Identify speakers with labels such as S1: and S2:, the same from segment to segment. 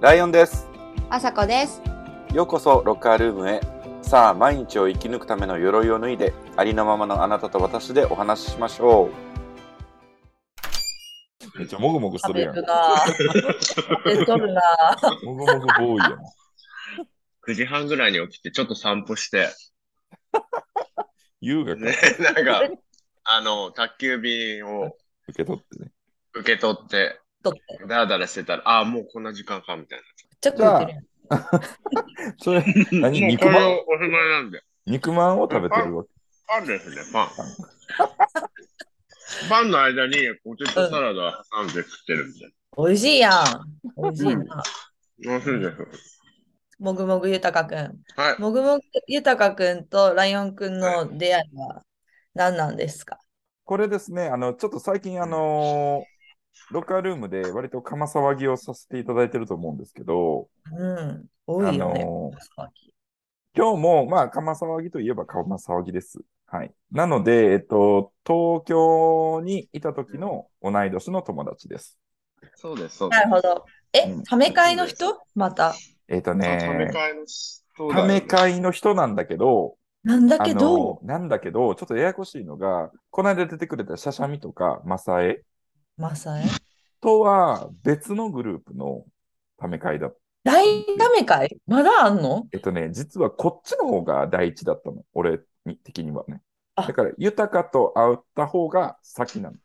S1: ライオンです。
S2: あさこです。
S1: ようこそロッカールームへ。さあ、毎日を生き抜くための鎧を脱いで、ありのままのあなたと私でお話ししましょう。めっちゃもぐもぐす
S2: 食
S1: るや
S2: べ
S1: ん
S2: る。なぁ。食べとるなぁ。
S1: もぐもぐボーイやん。
S3: 9時半ぐらいに起きて、ちょっと散歩して、
S1: 優雅か
S3: ね、 なんか、 あの、宅急便を
S1: 受け取ってね。
S3: 受け取って、
S2: 取って。
S3: ダラダラしてたら、ああ、もうこんな時間か、みたい
S2: ちょっと似てるやん。
S1: それ、何
S3: な。もう
S1: 肉
S3: これ
S1: まん
S3: おしまいなんで。
S1: 肉まんを食べてるわけ。
S3: パンですね、パン。 パンの間にポテトサラダ挟んで食ってるんで。
S2: 美味しいやん。美味しいな。
S3: 美味しいです。
S2: もぐもぐゆたかくん。
S3: はい。
S2: もぐもぐゆたかくんとライオンくんの出会いは何なんですか
S1: これですね、あの、ちょっと最近、あのーロッカールームで割と釜騒ぎをさせていただいてると思うんですけど、
S2: うん。多いよ
S1: あ
S2: ね。
S1: のー今日も、まあ、釜騒ぎといえば釜騒ぎです。はい。なので、えっと、東京にいた時の同い年の友達です。
S3: そうです、そうで
S2: な
S3: す。
S2: るほど。え
S1: うん、
S2: ため会の人また。
S1: えっと
S3: あため
S1: ね、
S3: 会の人だ
S1: た
S3: よね
S1: め会の人なんだけど、
S2: なんだ
S1: あ
S2: けど、
S1: のなんだけど、ちょっとややこしいのが、この間出てくれたシャシャミとかマサエ
S2: まさえ。
S1: とは別のグループのため会だった。
S2: 大ため会まだあんの
S1: えっとね、実はこっちの方が第一だったの。俺的にはね。
S2: あ
S1: だから、豊かと会った方が先 なの。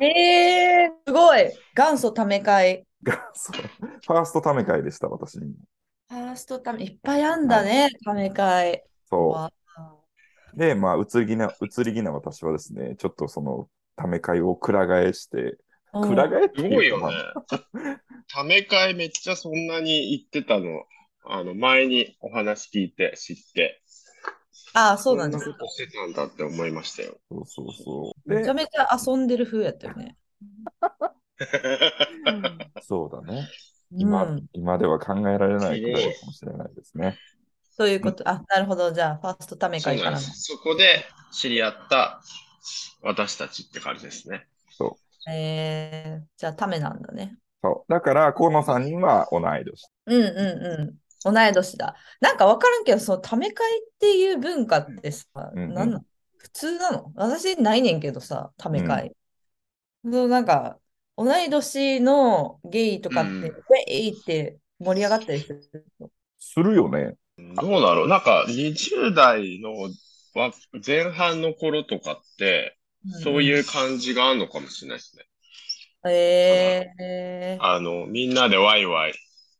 S2: えー、すごい。元祖ため会。
S1: そう。ファーストため会でした、私にも。
S2: ファーストため、いっぱいあんだね、ため会。
S1: そ
S2: わ
S1: う。で、まあ、移り気な、移り気な私はですね、ちょっとその、ため会をくら替えして、
S2: うん
S1: くら替えって
S3: す
S1: いうか
S3: ごいよ
S1: ま
S3: ね
S1: あ。
S3: ため会めっちゃそんなに行ってたの。あの、前にお話聞いて知って。
S2: ああ、そうなんです
S3: こなことしてたんだって思いましたよ。
S1: そうそうそう。
S2: めち
S1: で、
S2: ゃめちゃ遊んでる風やったよね。
S1: そうだね。今、
S2: うん
S1: 今では考えられないくらいかもしれないですね。
S2: ということ、あ、なるほど。じゃあ、ファーストため
S3: そう
S2: 会か
S3: なん
S2: ら
S3: で
S2: の。
S3: す。そこで知り合った私たちって感じですね。
S2: えー、じゃあ、ためなんだね。
S1: そう。だから、河野さんには同い年。
S2: うんうんうん。同い年だ。なんかわからんけど、そのため会っていう文化ってさ、
S1: うんうん
S2: なんなん普通なの私ないねんけどさ、ため会。そうなんか、同い年のゲイとかって、
S3: うん
S2: ウェイって盛り上がったりするの。
S1: するよね。
S3: どうだろうなんか20代のわ前半の頃とかって、そういう感じがあるのかもしれないですね。
S2: うん。えー、
S3: あの、みんなでワイワイ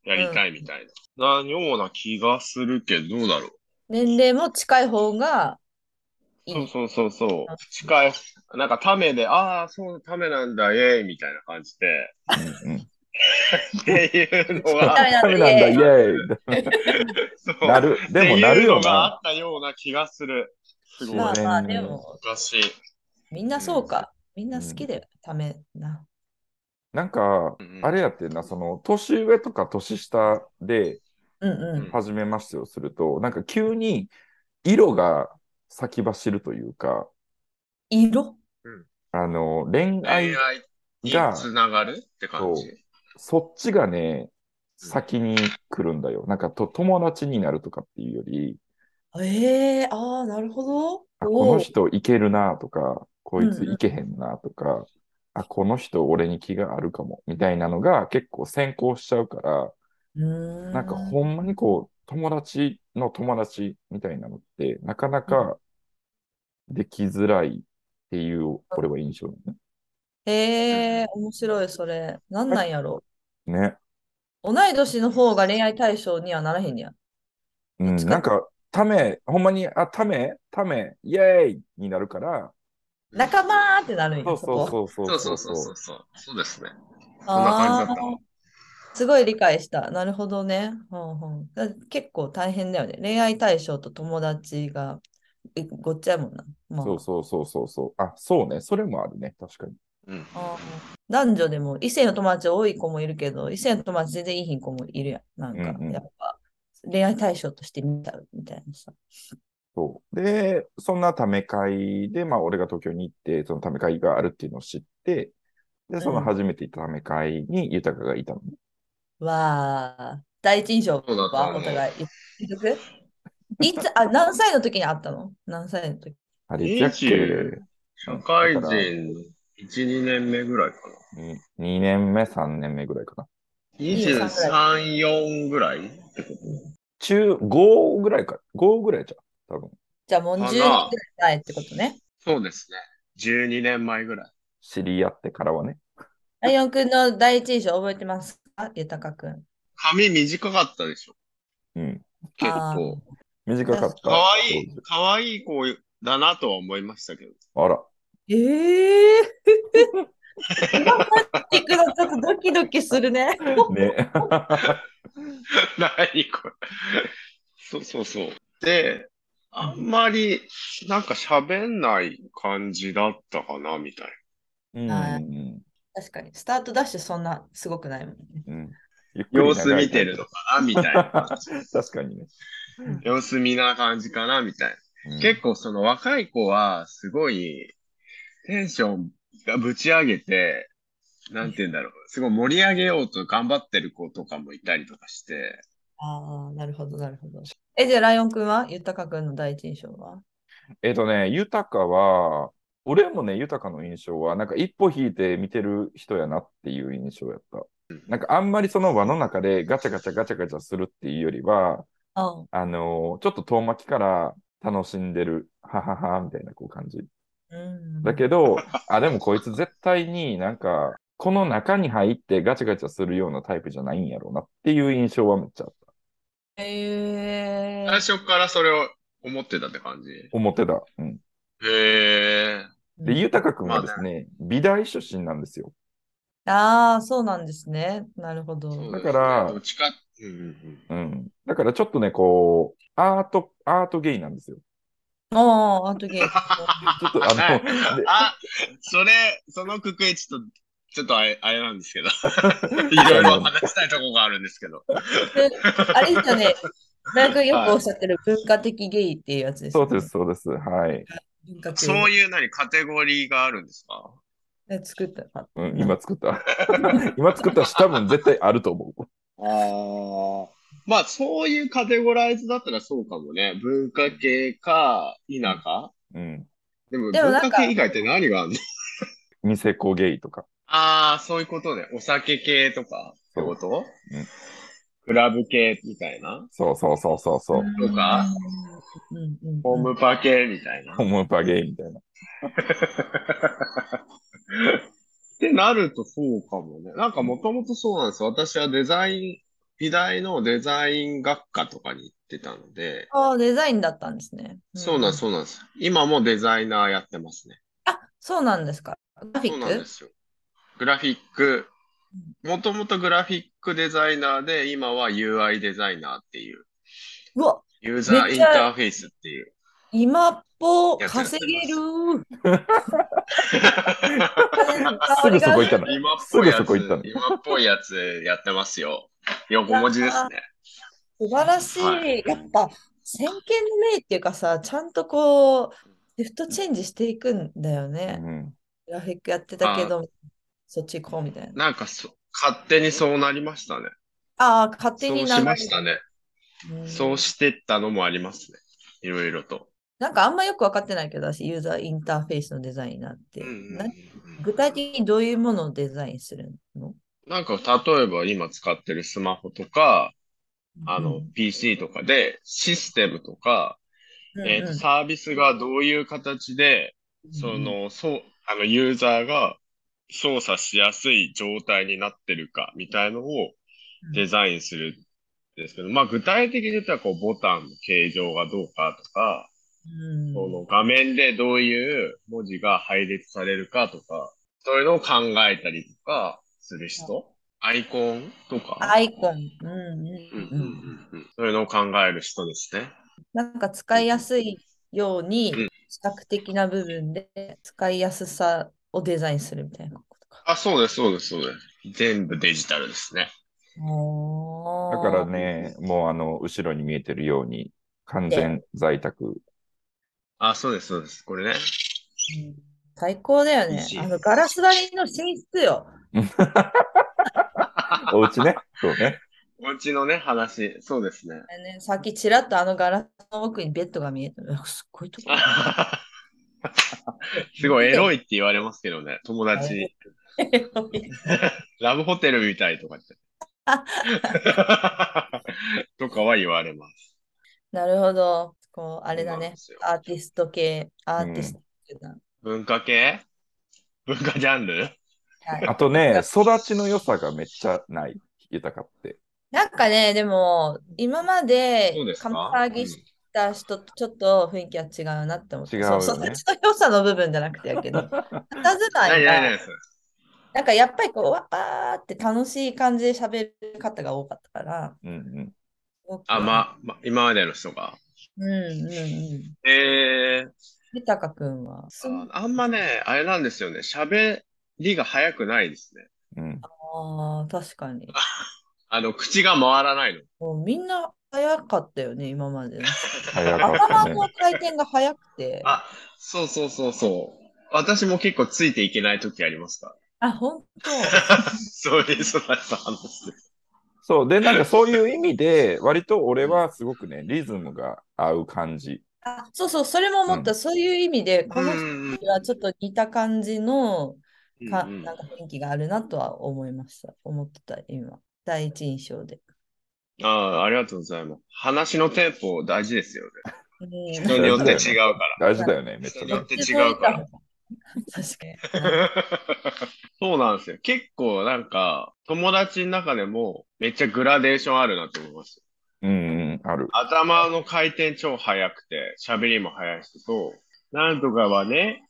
S3: やりたいみたいな。なような気がするけど、どうだろう
S2: 年齢も近い方がい
S3: そう
S2: い。
S3: そうそうそう。近い。なんかためで、ああ、そう、ためなんだ、ええ、みたいな感じで。
S1: うんうん。
S3: っていうの
S2: ダ
S1: ダ
S2: メなん
S3: が、
S2: だ
S1: メなんだ、イ
S2: イエ
S1: ェイ。
S3: そう
S1: なる。でもなるよ
S3: っていうのがあ
S1: な。
S3: ったような気がする。すごい。
S2: まあまあ、
S1: ね
S2: でも、
S3: 昔。
S2: みんなそうか。みんな好きだよ。ためな。
S1: なんか、あれやってんな、その、年上とか年下で、
S2: うんうん。
S1: 初めましてをすると、なんか急に色が先走るというか、
S2: 色
S1: あの、恋愛
S3: 恋、愛に
S1: が
S3: つながるって感じ。
S1: そっちがね、先に来るんだよ。なんかと、友達になるとかっていうより、
S2: ええー、ああ、なるほど。
S1: あこ
S2: お
S1: の
S2: お。
S1: 人いけるなとか、こいつ
S2: うんうん
S1: いけへんなとか、あ、この人俺に気があるかも、みたいなのが結構先行しちゃうから、
S2: な
S1: なんかほんまにこう、友達の友達みたいなのって、なかなかできづらいっていう、俺は印象だ
S2: ええー、面白い、それ。なんなんやろ
S1: ね。ね。
S2: う。同い年の方が恋愛対象にはならへんや。
S1: う
S2: ど
S1: ん、
S2: っちか
S1: なんか、ため、ほんまに、あ、ため、ため、イェーイになるから、
S2: 仲間ーってなるんや、
S1: そうそう
S2: こ。
S1: そうそ
S3: そう
S1: う
S3: そ
S1: そうう
S3: そ
S1: そうう
S3: そう。そうそうですね。そんな
S2: あ
S3: 感じだっ
S2: ーすごい理解した。なるほどね。ほんほんだ結構大変だよね。恋愛対象と友達がえごっちゃやもんな。まあ
S1: そうそうそうそうそう。あ、そうね。それもあるね。確かに。
S3: た。うん。
S2: あー男女でも異性の友達多い子もいるけど、異性の友達全然いいひん子もいるやん。なんか、
S1: うんうん
S2: やっぱ恋愛対象として見たみたいなさ。
S1: そう。で、そんなため会で、まあ、俺が東京に行って、そのため会があるっていうのを知って、で、その初めて行ったため会に豊がいたのね。
S2: わあ、第一印象
S3: そうだと
S2: は
S3: 思う
S2: お互い言っ言っとく。いつ、あ、何歳の時に会ったの何歳の時。
S1: あれ、いつやっけ
S3: 20社会人1、2年目ぐらいかな。
S1: に ?2 年目、3年目ぐらいかな。
S3: 23、4ぐらいってこ
S1: 中、5ぐらいか。5ぐらいじゃん。多分。
S2: じゃあもう
S3: かな
S2: 10年ぐらい前ってことね。
S3: とそうですね。12年前ぐらい。
S1: 知り合ってからはね。
S2: ライオンくんの第一印象覚えてますか豊くん。
S3: 髪短かったでしょ
S1: うん。
S3: 結
S2: あ
S3: 構
S2: ー。
S1: 短かった。
S3: かわいい、かわいい子だなとは思いましたけど。
S1: あら。
S2: ええー。 今まで聞くのちょっとドキドキするね。
S1: ね。
S3: 何これ。そうそうそう。で、あんまり、なんか喋んない感じだったかな、みたい
S1: うん
S2: は確かに。スタートダッシュそんなすごくないもんね。
S1: うん。ゆっく
S3: な。
S1: り長
S3: 様
S1: い
S3: 子見てるのかな、みたいな感 じ。
S1: 確かにね。
S3: 様子見な感じかな、みたいな。
S1: うん
S3: 結構その若い子は、すごい、テンションがぶち上げて、なんて言うんだろう。すごい盛り上げようと頑張ってる子とかもいたりとかして、
S2: ああ、なるほど、なるほど。え、じゃあライオンくんは豊くんの第一印象は
S1: えっとね、豊かは、俺もね、豊かの印象は、なんか一歩引いて見てる人やなっていう印象やった。なんかあんまりその輪の中でガチャガチャガチャガチャするっていうよりは、
S2: あー
S1: あのーちょっと遠巻きから楽しんでる、ははは、みたいなこう感じ。
S2: うん。
S1: だけど、あ、でもこいつ絶対になんか、この中に入ってガチャガチャするようなタイプじゃないんやろうなっていう印象はめっちゃあった
S2: ええ
S3: 最初からそれを思ってたって感じ。へ
S1: 思ってた。うん。
S3: え。
S1: で、豊くんはですね、美大出身なんですよ。
S2: ああ、そうなんですね。なるほ
S3: そう
S2: ど。
S3: です
S1: だから
S3: ねどっちか、うんうんうん。
S1: うん。だからちょっとね、こう、アート、アートゲイなんですよ。
S2: ああ、あとゲーム。
S1: ちょっと、あの、
S3: はい
S1: で
S3: あ、それ、そのくくりちょっと、ちょっとあれ、あれなんです けど。いろいろ話したいとこがあるんですけど。
S2: あれですよね。大学よくおっしゃってる文化的ゲイっていうやつです
S1: そ
S2: よ
S1: うで
S2: ね。
S1: す、そうです。はい。
S2: 文化系
S3: そういう何、カテゴリーがあるんですか
S2: で作ったか。
S1: うん、今作った。 今作ったし、多分絶対あると思う。
S3: ああ。まあ、そういうカテゴライズだったらそうかもね。文化系か、田舎
S1: うん。
S3: でも、
S2: でも
S3: 文
S2: なん
S3: 化
S2: か
S3: 系以外って何があるの
S1: 店子ゲイとか。
S3: ああ、そういうことね。お酒系とかってこと
S1: うん
S3: クラブ系みたいな
S1: そうそうそうそうそう。
S3: とか
S2: うんうんうん
S3: ホームパ系みたいな
S1: ホ。ームパゲイみたいな。
S3: ってなるとそうかもね。なんかもともとそうなんですよ。私はデザイン、美大のデザイン学科とかに行ってたので、
S2: ああ、デザインだったんですね。
S3: そうなんです、そうなんです。今もデザイナーやってますね。
S2: あ、そうなんですか。グラフィ
S3: そう
S2: ッ
S3: なんで
S2: ク
S3: すよ。グラフィック、もともとグラフィックデザイナーで、今は UI デザイナーっていう、
S2: うわ、
S3: ユーザー
S2: め
S3: イ
S2: っ
S3: ン
S2: ちゃ
S3: ターフェースっていう。
S2: 今っぽ
S3: やつやってます
S2: 稼げる。
S1: すぐそこ行ったの。
S3: 今っぽい
S1: すぐ
S3: や
S1: そ
S3: つ、
S1: こ行ったの
S3: 今っぽいやつやってますよ。横文字ですね。
S2: 素晴らしい。
S3: は
S2: やっぱ先見の明っていうかさ、ちゃんとこう、シフトチェンジしていくんだよね。
S1: うん。
S2: グラフィックやってたけど、そっち行こうみたいな。
S3: なんかそ、勝手にそうなりましたね。
S2: ああ、勝手
S3: そ
S2: に
S3: う
S2: な
S3: し
S2: ん
S3: ま
S2: か
S3: したね。
S2: うん
S3: そうしてったのもありますね。いろいろと。
S2: なんかあんまよく分かってないけど、私、ユーザーインターフェースのデザイナーって、
S3: うんうんうん
S2: な具体的にどういうものをデザインするの
S3: なんか、例えば今使ってるスマホとか、あ
S2: う
S3: の
S2: ん、
S3: PC とかで、システムとか、
S2: うん
S3: えーとサービスがどういう形で、その、そう、あの、ユーザーが操作しやすい状態になってるか、みたいのをデザインするんですけど、まあ、具体的に言ったら、こう、ボタンの形状がどうかとか、
S2: うん
S3: その画面でどういう文字が配列されるかとか、そういうのを考えたりとかする人、アイコンとか、
S2: アイコン、うんうん
S3: うんう
S2: う
S3: んうん
S2: ん、
S3: うんそういうのを考える人ですね。
S2: なんか使いやすいように
S3: うん、
S2: 視覚的な部分で使いやすさをデザインするみたいなことか。
S3: あ、そうです、そうです、そうです。全部デジタルですね。
S2: お
S1: だ
S2: ー
S1: からね、もうあの、後ろに見えてるように、完全在宅。
S3: あ、そうです、そうです。これ
S2: う
S3: ね。
S2: ん最高だよね
S3: いいし。
S2: あのガラス張りの寝室よ。
S1: お家ね。そうね。
S3: お家のね、話。そうです ね。
S2: ね、さっきちらっとあのガラスの奥にベッドが見えた。うわすっごいと こ。
S3: すごいエロいって言われますけどね、友達に。ラブホテルみたいとかって。 とかは言われます。
S2: なるほど。こう、あれだ
S3: そうな
S2: ね
S3: んですよ。
S2: アーティスト系、アーティスト系だ。
S3: 文化系文化ジャンル
S2: はい
S1: あとね、育ちの良さがめっちゃない。豊かって。
S2: なんかね、でも、今まで
S3: そうですか
S2: カ騒ぎした人とちょっと雰囲気は違うなって思って、
S1: 違うよ
S2: そう、
S1: ね
S2: そっちの良さの部分じゃなくてや けど、佇ま
S3: ないいないない
S2: が、
S3: です。
S2: なんかやっぱりこう、わーって楽しい感じで喋る方が多かったから、
S1: うんうん。
S2: すごく
S3: あ、ま、ま、今までの人が。
S2: うんうんうん。
S3: えー、
S2: 豊かくんは、そ
S3: ああんまね、あれなんですよね。喋りが早くないですね。
S1: うん、
S2: あー確かに。
S3: あの、口が回らないの。
S2: もうみんな早かったよね、今までの。
S1: 早かった
S2: 頭
S1: ね。
S2: の回転が早くて。
S3: あ、そうそうそうそう。私も結構ついていけない時ありますか
S2: あ、本当。
S3: ら。そういう人たちの話です。
S1: そう。で、なんかそういう意味で、割と俺はすごくね、リズムが合う感じ。
S2: あ、そうそう、それも思った。そういう意味で、この人
S3: ん。
S2: はちょっと似た感じのか、
S3: うんうん
S2: なんか雰囲気があるなとは思いました。思ってた、今。第一印象で。
S3: ああ、ありがとうございます。話のテンポ大事ですよね。
S2: うん、
S3: 人によって違うから。
S1: 大事だよね、めっち
S3: 人
S1: ゃ
S3: によ
S1: ね
S3: って違うから。
S2: 確かに。
S3: そうなんですよ。結構なんか、友達の中でもめっちゃグラデーションあるなと思います。
S1: うんうん、ある。
S3: 頭の回転超速くて、喋りも速い人と、なんとかはね、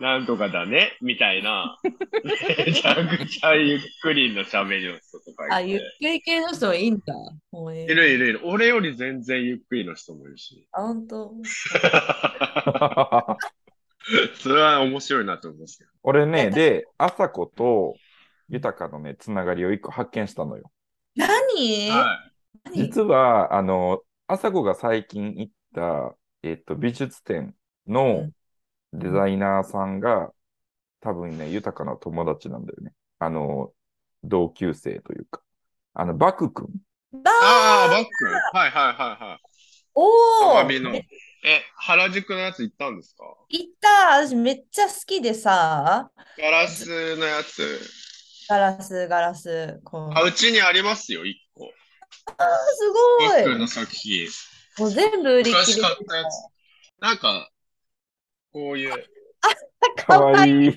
S3: なんとかだね、みたいな、めちゃくちゃゆっくりの喋りの人とか
S2: あ、
S3: い、
S2: ゆってくり系の人もいいんだ。もうええ
S3: いるいるいる。俺より全然ゆっくりの人もいるし。
S2: あ、本当。
S3: それは面白いなと思うんですけど。
S1: 俺ね、で、朝子と豊かのね、つながりを一個発見したのよ。
S2: 何
S3: はい。
S2: 何
S1: 実は、あの、朝子が最近行った、えっと、美術展のデザイナーさんが、多分ね、豊かな友達なんだよね。あの、同級生というか。あの、バク君。
S2: だ
S3: ああ、バックはいはいはいはい。
S2: お
S3: 鏡の。
S2: ー
S3: え、原宿のやつ行ったんですか
S2: 行った私めっちゃ好きでさ、
S3: ガラスのやつ。
S2: ガラス、ガラス、こう。
S3: あ、うちにありますよ、一個。
S2: あす
S3: バッ
S2: ご
S3: ク
S2: い
S3: の作品。
S2: もう全部売り切
S3: 昔
S2: れ
S3: 買ったやつ。なんか、こういう
S1: か
S2: かわ
S1: わ
S2: いい。
S1: いい。
S2: ち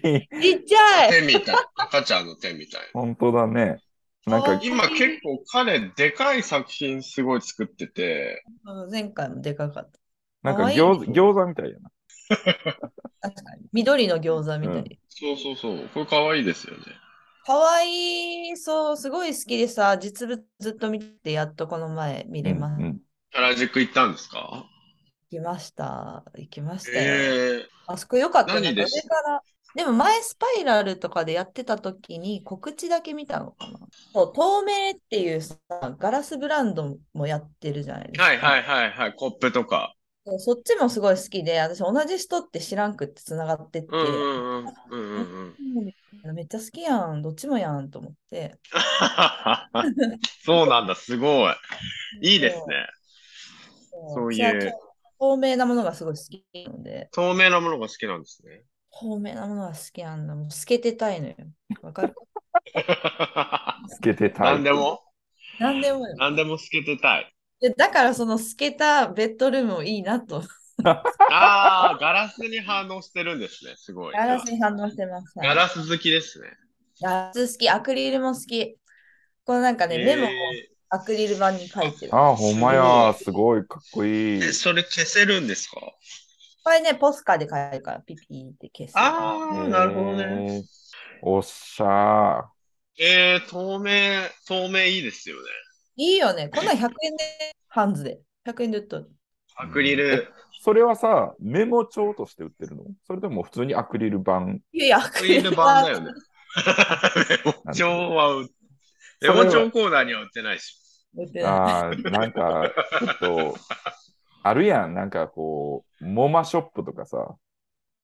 S2: っちゃい。
S3: 手みたい。赤ちゃんの手みたい
S1: 本当だね。なん
S2: か
S1: か
S2: わ
S3: な。
S2: いい、
S3: 今結構彼、でかい作品すごい作ってて、
S2: 前回もでかかっ
S1: なんか
S2: 可愛いね
S1: 餃子餃子みたいやな。
S2: た。確かに。緑の餃子みたいに。
S3: そうそうそう、これ可愛いですよね。
S2: かわいい。そう、すごい好きでさ、実物ずっと見て、やっとこの前見れま
S1: うんう
S2: す。
S1: ん
S3: 原宿行ったんですか
S2: 行きました。行きましたよ。
S3: ええ
S2: あそこよかったね。な
S3: 何で
S2: んか
S3: す
S2: 上から。でも前スパイラルとかでやってた時に告知だけ見たのかな。そう、透明っていうさ、ガラスブランドもやってるじゃないですか。
S3: はいはいはいはい、コップとか。
S2: そうそっちもすごい好きで、私同じ人って知らんくってつながってって、
S3: うんうんうん。うんうんうん。
S2: うんめっちゃ好きやん、どっちもやんと思って。
S3: そうなんだ、すごい。いいですね。そういう
S2: 私は透明なものがすごい好きなので、
S3: 透明なものが好きなんです ね。
S2: 透明なものが好きなんだ。もう透けてたいの よ。わかる
S1: つけてたい。
S3: 何でも、
S2: なんでもよ。
S3: 何でも透けてた い。
S2: でだからその透けたベッドルームもいいなと。
S3: ああ、ガラスに反応してるんですね、すごい。
S2: ガラスに反応してます。
S3: ガラス好きですね。
S2: ガラス好き、アクリルも好き。このなんかね、メモを
S3: え
S2: アクリル板に書いてる。
S1: ああ、ほんまや。すごい、かっこいい
S3: ーえ。それ消せるんですか
S2: これね、ポスカで書いてるから、ピピーって消す。
S3: ああ、なるほどね。
S1: えー。おっしゃ
S3: えー、透明、透明いいですよね。
S2: いいよね。こんなん100円で、ハンズで。100円で売っとる。
S3: アクリル。
S1: ー。それはさ、メモ帳として売ってるのそれとも普通にアクリル板
S2: いやいや、ア
S3: ア
S2: ク
S3: クリル板だよね。 メモ
S1: モ
S3: 帳
S1: 帳
S3: は売っ、メモ帳コーナーには売ってないし。
S2: 売ってない
S1: ああ、なんか、ちょっと、あるやん。なんかこう、モマショップとかさ、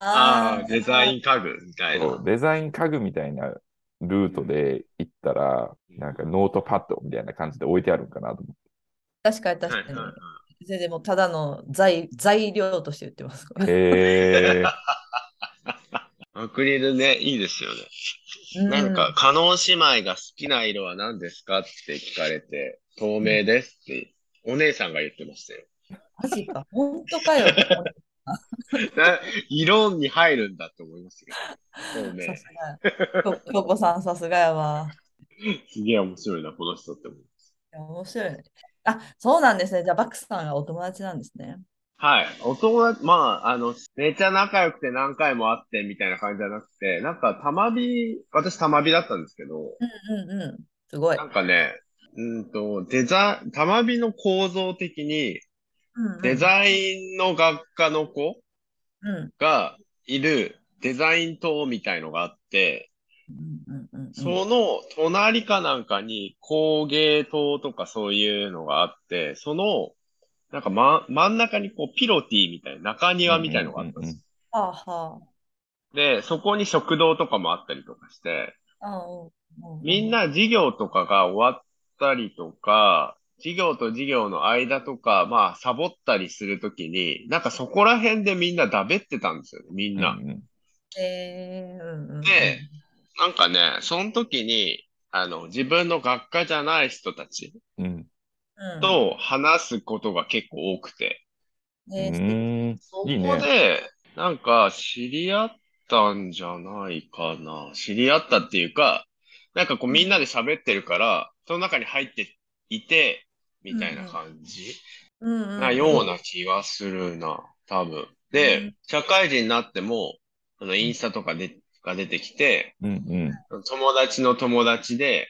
S3: ああ、デザ
S2: ン。
S3: イン家具みたいな。
S1: そうデザイン家具みたいなルートで行ったら、なんかノートパッドみたいな感じで置いてあるんかなと思って。
S2: 確かに確
S3: はい
S2: か
S3: はい
S2: に。
S3: はい。
S2: それでもうただの材材料として売ってます。
S1: へえ。
S3: アクリルね、いいですよね。なんか、加納姉妹が好きな色は何ですかって聞かれて、透明ですって、お姉さんが言ってましたよ。
S2: うん、マジか、本当かよ。
S3: な色に入るんだと思いましたけど。透明
S2: さ。すが や。京子さん、さすがやわ。
S3: すげえ面白いな、この人って思う。
S2: いや面白いね。あ、そうなんですね。じゃあ、バックさんがお友達なんですね。
S3: はい。お友達、まあ、あの、めっちゃ仲良くて何回も会ってみたいな感じじゃなくて、なんか、たまび、私たまびだったんですけど、
S2: うんうん。すごい。
S3: なんかね、うんと、デザ、たまびの構造的に、デザインの学科の子
S2: うんうん
S3: がいるデザイン棟みたいのがあって、
S2: うんうんうんうん
S3: その隣かなんかに工芸棟とかそういうのがあって、その、なんか、ま、真ん中にこうピロティみたいな中庭みたいのがあったんです。
S2: はあは
S3: で、そこに食堂とかもあったりとかして、
S2: ああうんうん。
S3: みんな授業とかが終わったりとか、授業と授業の間とか、まあ、サボったりするときに、なんかそこら辺でみんなだべってたんですよね、みんな。
S1: うんうん
S2: えーうんうんうん
S3: でなんかね、その時に、あの、自分の学科じゃない人たち
S1: うん
S2: うん
S3: と話すことが結構多くて、
S2: えー
S1: う
S2: 素敵
S1: ん
S3: そこ
S1: いいね
S3: で、なんか知り合ったんじゃないかな。知り合ったっていうか、なんかこうみんなで喋ってるから、その中に入っていて、みたいな感じ
S2: うんうん
S3: なような気がするな、多分。で、社会人になっても、あの、インスタとかで、が出てきて、
S1: うんうん
S3: 友達の友達で、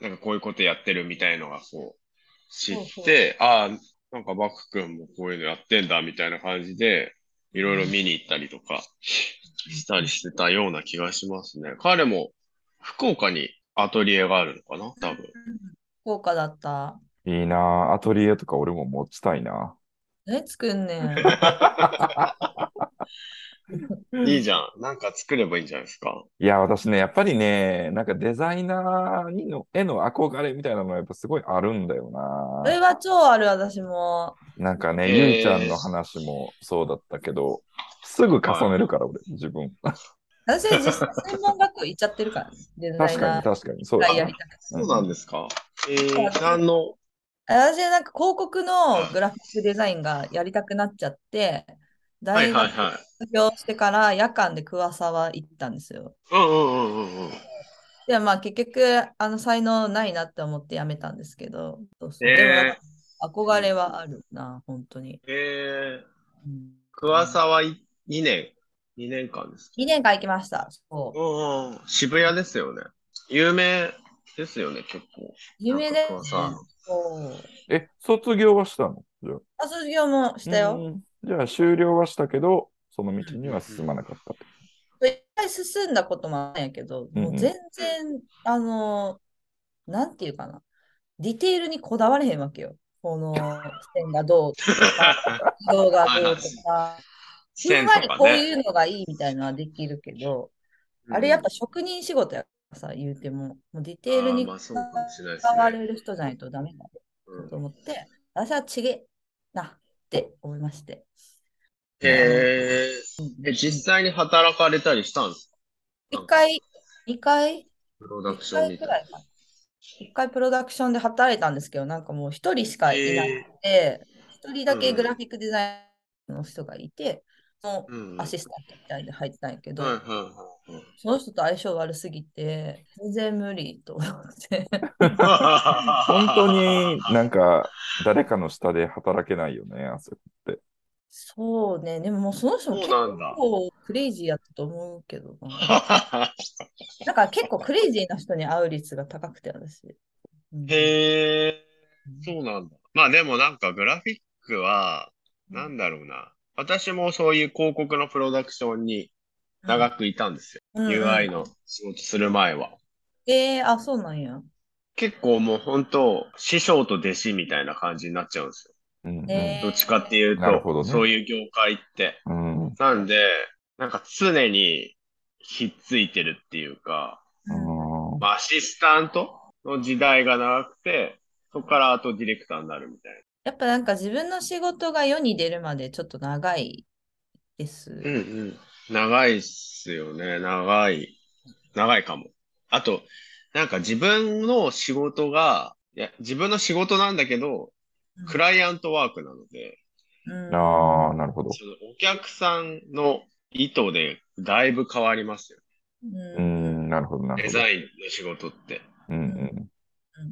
S3: なんかこういうことやってるみたいのがこう、知っ
S2: ほうほ
S3: て、ああ、なんかバック君もこういうのやってんだみたいな感じで、いろいろ見に行ったりとかしたりしてたような気がしますね。彼も福岡にアトリエがあるのかな多分。
S2: 効果だった。
S1: いいなぁアトリエとか俺も持ちたいな
S2: え、作んねん。
S3: いいじゃん。なんか作ればいいんじゃないですか。
S1: いや、私ね、やっぱりね、なんかデザイナーにの絵の憧れみたいなのはやっぱすごいあるんだよ
S2: それ
S1: な
S2: は超ある、私も。
S1: なんかね、
S3: えー
S1: ゆいちゃんの話もそうだったけど、すぐ重ねるから俺、自分。
S2: 私、実際専門学校行っちゃってるから、デザイ
S1: 確か
S2: ナ
S1: に
S2: ー
S1: 確かに、そう
S2: が
S1: だ
S2: やり
S1: ね。
S2: たかった。
S3: そうなんですかえー、何の、
S2: 私、なんか広告のグラフィックデザインがやりたくなっちゃって、
S3: は
S2: 大
S3: いはい
S2: 学
S3: はい。
S2: 卒業してから夜間で桑沢行ったんですよ。
S3: うんうんうんうんうん。
S2: で、まあ結局、あの才能ないなって思って辞めたんですけど、そうそう
S3: えー
S2: でもやっぱ憧れはあるな、本当に。
S3: えー、
S2: うん、
S3: 桑沢い2年、2年間ですか
S2: 2年間行きました。そう。
S3: うんうん、渋谷ですよね。有名ですよね、結構。
S2: 有名で
S3: なんか桑沢
S2: そう。
S1: え、卒業はしたのじゃあ
S2: あ卒業もしたよ。
S1: うんじゃあ終了はしたけど、その道には進まなかった。
S2: 一回進んだこともあるんやけど、もう全然、あの、なんていうかな、ディテールにこだわれへんわけよ。この線がどうとか、動画どうとか、ふん
S3: 線
S2: わり
S3: とか
S2: こう
S3: ね。
S2: いうのがいいみたいなのはできるけど、あれやっぱ職人仕事やからさ、言うても、もうディテール
S3: あー
S2: に
S3: ま
S2: 関
S3: あそうかもしれないです
S2: わ
S3: ね。
S2: れる人じゃないとダメだと
S3: うん
S2: 思って、私はちげえなって思いまして。
S3: へーえ、実際に働かれたりしたんですか
S2: 一回、二回、
S3: プロダク
S2: 一
S3: ション
S2: 回
S3: み
S2: く
S3: たい
S2: らいかな。一回プロダクションで働いたんですけど、なんかもう一人しかいなくて、一人だけグラフィックデザインの人がいて、その
S3: な。うん。
S2: アシスタントみたいで入ってたんやけど、
S3: はいはいはい
S2: その人と相性悪すぎて、全然無理と思って。
S3: はい。
S1: 本当になんか誰かの下で働けないよね、あそこって。
S2: そうね、でももうその人も
S3: そう
S2: 結
S3: なんだ。
S2: 構クレイジーやったと思うけどな。だから結構クレイジーな人に会う率が高くて私。うん
S3: へえ、そうなんだ。まあでもなんかグラフィックは、なんだろうな。私もそういう広告のプロダクションに長くいたんですよ。
S2: うんうん
S3: UI の仕事する前は。
S2: えー、あ、そうなんや。
S3: 結構もう本当、師匠と弟子みたいな感じになっちゃうんですよ。
S1: うんうん
S2: えー
S3: どっちかっていう
S1: なるほど
S3: と、
S1: ね
S3: そういう業界って。
S1: うん
S3: なんで、なんか常にひっついてるっていうか、
S1: うん
S3: まあ、アシスタントの時代が長くて、そこからアートディレクターになるみたい
S2: やっぱなんか自分の仕事が世に出るまでちょっと長いです。
S3: な。うんうん。長いっすよね。長い。長いかも。あと、なんか自分の仕事が、いや、自分の仕事なんだけど、クライアントワークなので、
S2: うん
S1: ああ、なるほど。
S3: そのお客さんの意図でだいぶ変わりますよ。
S1: う
S2: うん
S1: ん、なるほど、なる
S3: デ
S1: ほど。
S3: ザインの仕事って。
S1: うん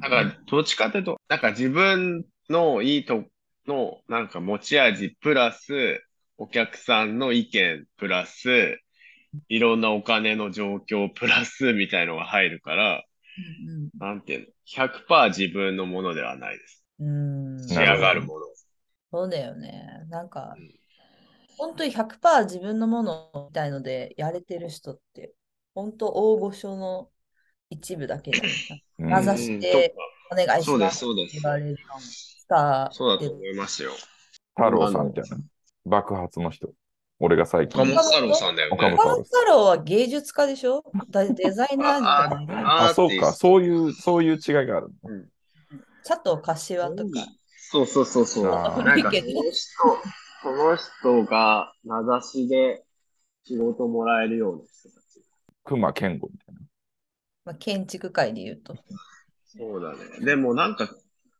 S3: なんか、どっちかっていうと、なんか自分のいいとの、なんか持ち味プラス、お客さんの意見プラス、いろんなお金の状況プラスみたいのが入るから、なんていうの、100%自分のものではないです。
S2: うんうん
S3: 仕
S1: なるほど
S3: 上がるもの。
S2: そうだよね。なんか
S3: うん、
S2: 本当に100%自分のものみたいのでやれてる人って、本当大御所の一部だけだよ ね
S1: うん。
S2: なぜ
S1: う
S2: 出してお願いし
S3: そうかそうで、
S2: ますす
S3: そ
S2: って
S3: うです
S2: 言。われるようなスター
S3: そうだ
S2: で
S3: と思いますよ。
S1: 太郎さんみたいな。爆発の人。俺が最近
S3: 岡。本太郎さんだよね。
S1: 岡本
S2: 岡本太郎は芸術家でしょだデザイナーじゃないか。
S1: あ、そうか。そういう、そういう違いがある。
S2: 佐藤柏とか。
S3: そうそうそうそう。
S1: あー
S3: なんかこの人、この人が名指しで仕事もらえるような人たち。
S1: 熊健吾みたいな。
S2: まあ、建築界で言うと。
S3: そうだね。でもなんか、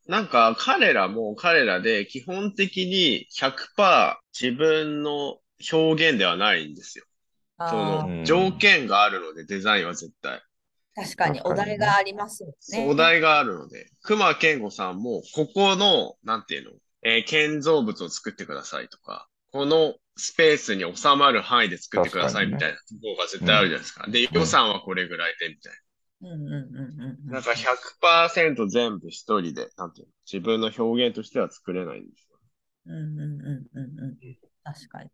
S3: なんか彼らも彼らで基本的に100%自分の表現ではないんですよ。そ
S2: あ
S1: う
S3: の
S1: ん
S3: 条件があるので、デザインは絶対。
S2: あ、確かにお題がありますもんね。
S3: お題があるので、熊健吾さんも、ここの、なんていうの、えー建造物を作ってくださいとか、このスペースに収まる範囲で作ってくださいみたいなところが絶対あるじゃないですか。で、予算はこれぐらいでみたい
S2: うんうんうんうんうん。
S3: な。なんか100%全部一人で、なんていうの、自分の表現としては作れないんですよ。
S2: うんうんうんうんうん。確かに。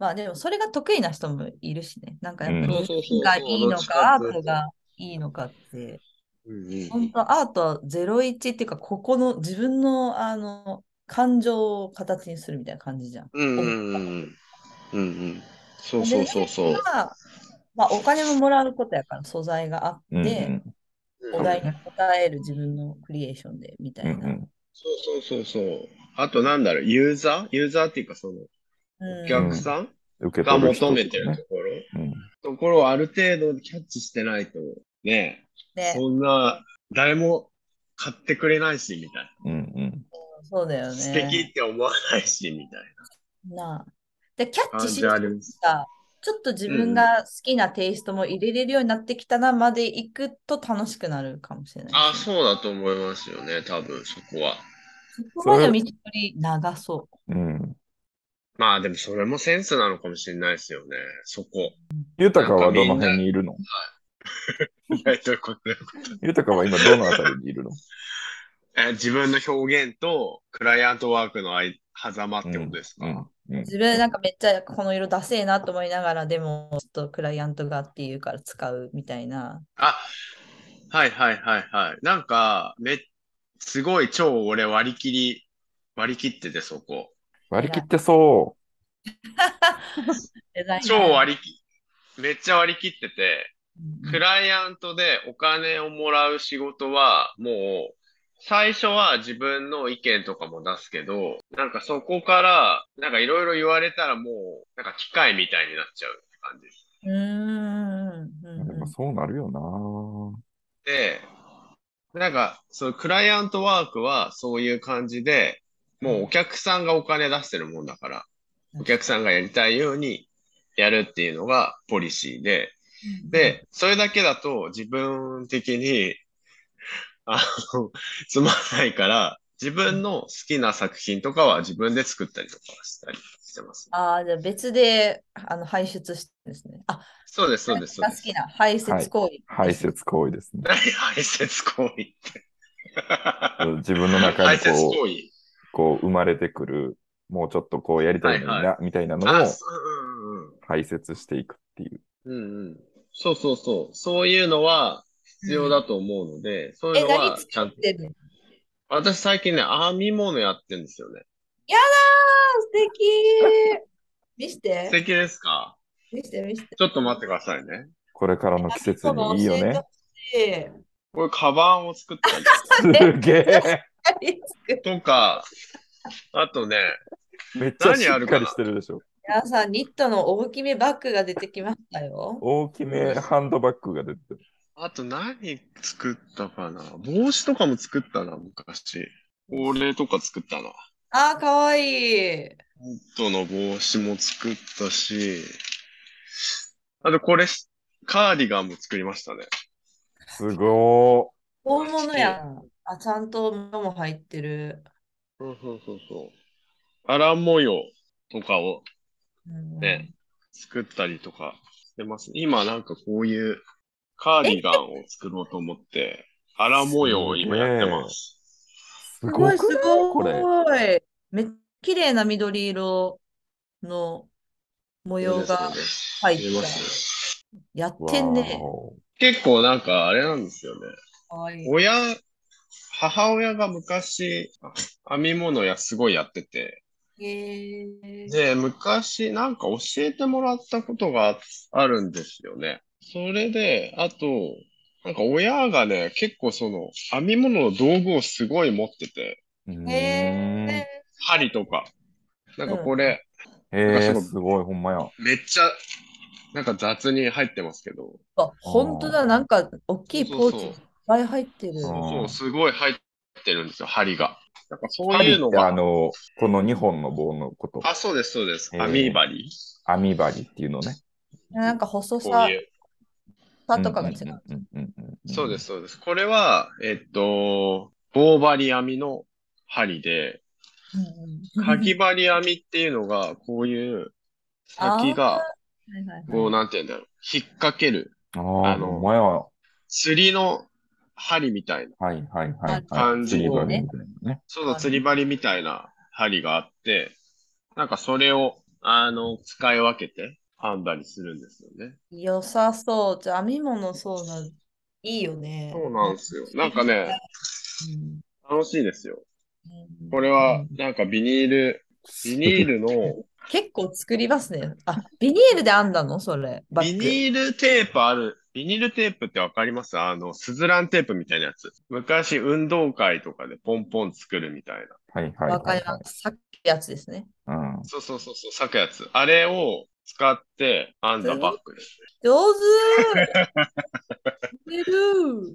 S2: まあでもそれが得意な人もいるしね。なんかやっぱ
S3: うん
S2: り何がいいのか、アートがいいのかって。
S3: うんうん
S2: 本当アートは01っていうか、ここの自分のあの感情を形にするみたいな感じじゃん。
S3: うんうんうん。うんうん。そうそうそうそう。
S2: まあ、まあ、お金ももらうことやから素材があって、
S1: うんうん
S2: お題に答える自分のクリエーションでみた
S1: う
S2: い
S1: んう
S2: な。
S1: ん。
S3: そうそうそうそう。あとなんだろう、ユーザーユーザーっていうかその、
S2: うん
S3: お客さん、
S1: 受け
S3: が
S1: 取る人
S3: 求めてるところ、
S1: うん。
S3: ところをある程度キャッチしてないと、ね、
S2: ね、
S3: そんな、誰も買ってくれないし、みたい
S1: うん
S2: そうだよ
S3: な。
S2: ね。
S3: 素敵って思わないし、みたい
S2: なあで、キャッチ
S3: な感
S2: し
S3: じ
S2: つ
S3: あります
S2: つ。さちょっと自分が好きなテイストも入れれるようになってきたなまで行くと楽しくなるかもしれない。
S3: あ、そうだと思いますよね、多分そこは。
S2: そこまでの道のり長そ
S1: うん。うん。
S3: まあでもそれもセンスなのかもしれないですよね、そ こ。
S1: 豊かはどの辺にいるの
S3: 意外とこれ
S1: 豊かは今どのあたりにいるの
S3: え自分の表現とクライアントワークの間狭間ってことですか、
S1: うん。う
S2: う。
S1: ん。
S2: 自分なんかめっちゃこの色ダセえなと思いながら、でもちょっとクライアントがっていうから使うみたいな。
S3: あ、はいはいはいはい。なんか、め、すごい超俺割り切り、割り切っててそこ。
S1: 割り切ってそ
S2: デザイン
S3: 超割り切、めっちゃ割り切ってて、クライアントでお金をもらう仕事はもう、最初は自分の意見とかも出すけど、なんかそこから、なんかいろいろ言われたらもう、なんか機械みたいになっちゃうって感じです。
S2: うんうんう
S1: う。
S2: ん
S1: で
S2: うん
S1: もそうなるよな。
S3: で、なんか、そのクライアントワークはそういう感じで、もうお客さんがお金出してるもんだから、お客さんがやりたいようにやるっていうのがポリシーで、で、それだけだと自分的に、 あの、つまんないから、自分の好きな作品とかは自分で作ったりとかしたりしてます。
S2: ああ、じゃあ別であの排出してるんですね。あ、
S3: そうです、そうです、そう
S2: が
S3: で
S2: 好
S3: す。
S2: きな排泄行為。
S1: 排泄行為ですね。
S3: 何 排泄行為って。
S1: 自分の中
S3: 排
S1: に
S3: 泄
S1: こう。
S3: 行為。
S1: こう生まれてくる、もうちょっとこうやりたいのにな、
S3: はい
S1: みたいなの
S3: あ、
S1: を
S3: そう、うんうんうん。
S1: 排泄していくっていう。
S3: うんうん。そうそうそう。そういうのは必要だと思うので、そういう
S2: え、
S3: の
S2: 何
S3: は
S2: 作
S3: ちゃんと
S2: っ。てるの
S3: 私最近ね、編み物やってるんですよね。
S2: やだー、素敵 見して
S3: 素、敵ですか
S2: 見して、見して。
S3: ちょっと待ってくださいね。
S1: これからの季節にいいよね。
S2: ね。
S3: こういうカバンを作ったり
S1: すげえ。
S2: い
S3: とか、あとね、
S1: めっちゃ
S3: 何
S1: し
S3: あ
S1: っ
S3: る
S1: か
S3: かな
S1: りしてるでしょ。
S2: 皆さん、ニットの大きめバッグが出てきましたよ。
S1: 大きめハンドバッグが出てる。
S3: あと何作ったかな帽子とかも作ったな、昔。これとか作ったな。
S2: あー、かわいい。
S3: ニットの帽子も作ったし、あとこれ、カーディガンも作りましたね。
S1: すご
S2: 大物やん。あ、ちゃんと物も入ってる。
S3: そうそうそうそう。アラン模様とかを
S2: うん
S3: ね作ったりとかしてます。今なんかこういうカーディガンを作ろうと思って、アラン模様を今やってます。
S1: ー。す
S2: す
S1: ご
S2: ご
S1: い
S2: い、すごい。
S1: これ。
S2: めっちゃ綺麗な緑色の模様が入っ
S3: 見え
S2: た
S3: ま。す
S2: やってんね。
S1: わお
S3: ね結構なんかあれなんですよね。
S2: かわいい。
S3: 親、母親が昔編み物やすごいやってて、
S2: へー
S3: で、昔なんか教えてもらったことがあるんですよね。それで、あと、なんか親がね、結構その編み物の道具をすごい持ってて、
S1: うーん
S2: へ
S1: へ
S3: 針とか。なんかこれ、
S1: え、すごい、ほんまや。
S3: めっちゃ、なんか雑に入ってますけど、
S2: ー。あ、本当だ、なんか大きいポーチいっぱい入ってる。
S1: そう
S3: そ
S1: うん
S3: う、すごい入ってるんですよ、針が。なんかそう
S1: 針
S3: い
S1: っ
S3: うの
S1: てあ
S3: が、
S1: の、この2本の棒のこと、
S3: あ、そうです、そうです。
S1: へー
S3: 編み針。
S1: 網針っていうのね。
S2: なんか細
S3: こ
S2: さ
S3: ういう。
S2: さとかが違う。
S1: んうんうんうんうん
S3: そうです、。そうです。これは、えっと、棒針編みの針で、
S2: うんうん
S3: かぎ針編みっていうのが、こういう先が、
S2: はいはいはい
S3: こう、なんて言うんだろう、引っ掛ける、
S1: ああ、
S3: あの
S1: ほんまや。は
S3: 釣りの針みたい
S1: い
S3: な、
S1: はいはいはい。
S3: 感じ
S1: 釣り
S3: の
S1: 針みたいなね。
S3: そうそう、釣り針みたいな針があって、なんかそれを、あの、使い分けて編んだりするんですよね。
S2: 良さそう。じゃあ、編み物そうな、いいよね。
S3: そうなんですよ。なんかね、
S2: うん
S3: 楽しいですよ。
S2: うん
S3: これは、なんかビニール、ビニールの、
S2: 結構作りますね。あ、ビニールで編んだのそれ。バッ
S3: ビニ
S2: グ。
S3: ールテープある。ビニールテープってわかりますあの、スズランテープみたいなやつ。昔、運動会とかでポンポン作るみたいな。
S1: はいはい
S2: わか
S1: はい
S2: り
S1: はい。
S2: ます。さっきのやつですね。
S1: うん
S3: そうそうそうそう、裂くやつ。あれを使って編んだバッグです
S2: 上 手似てる
S3: ね。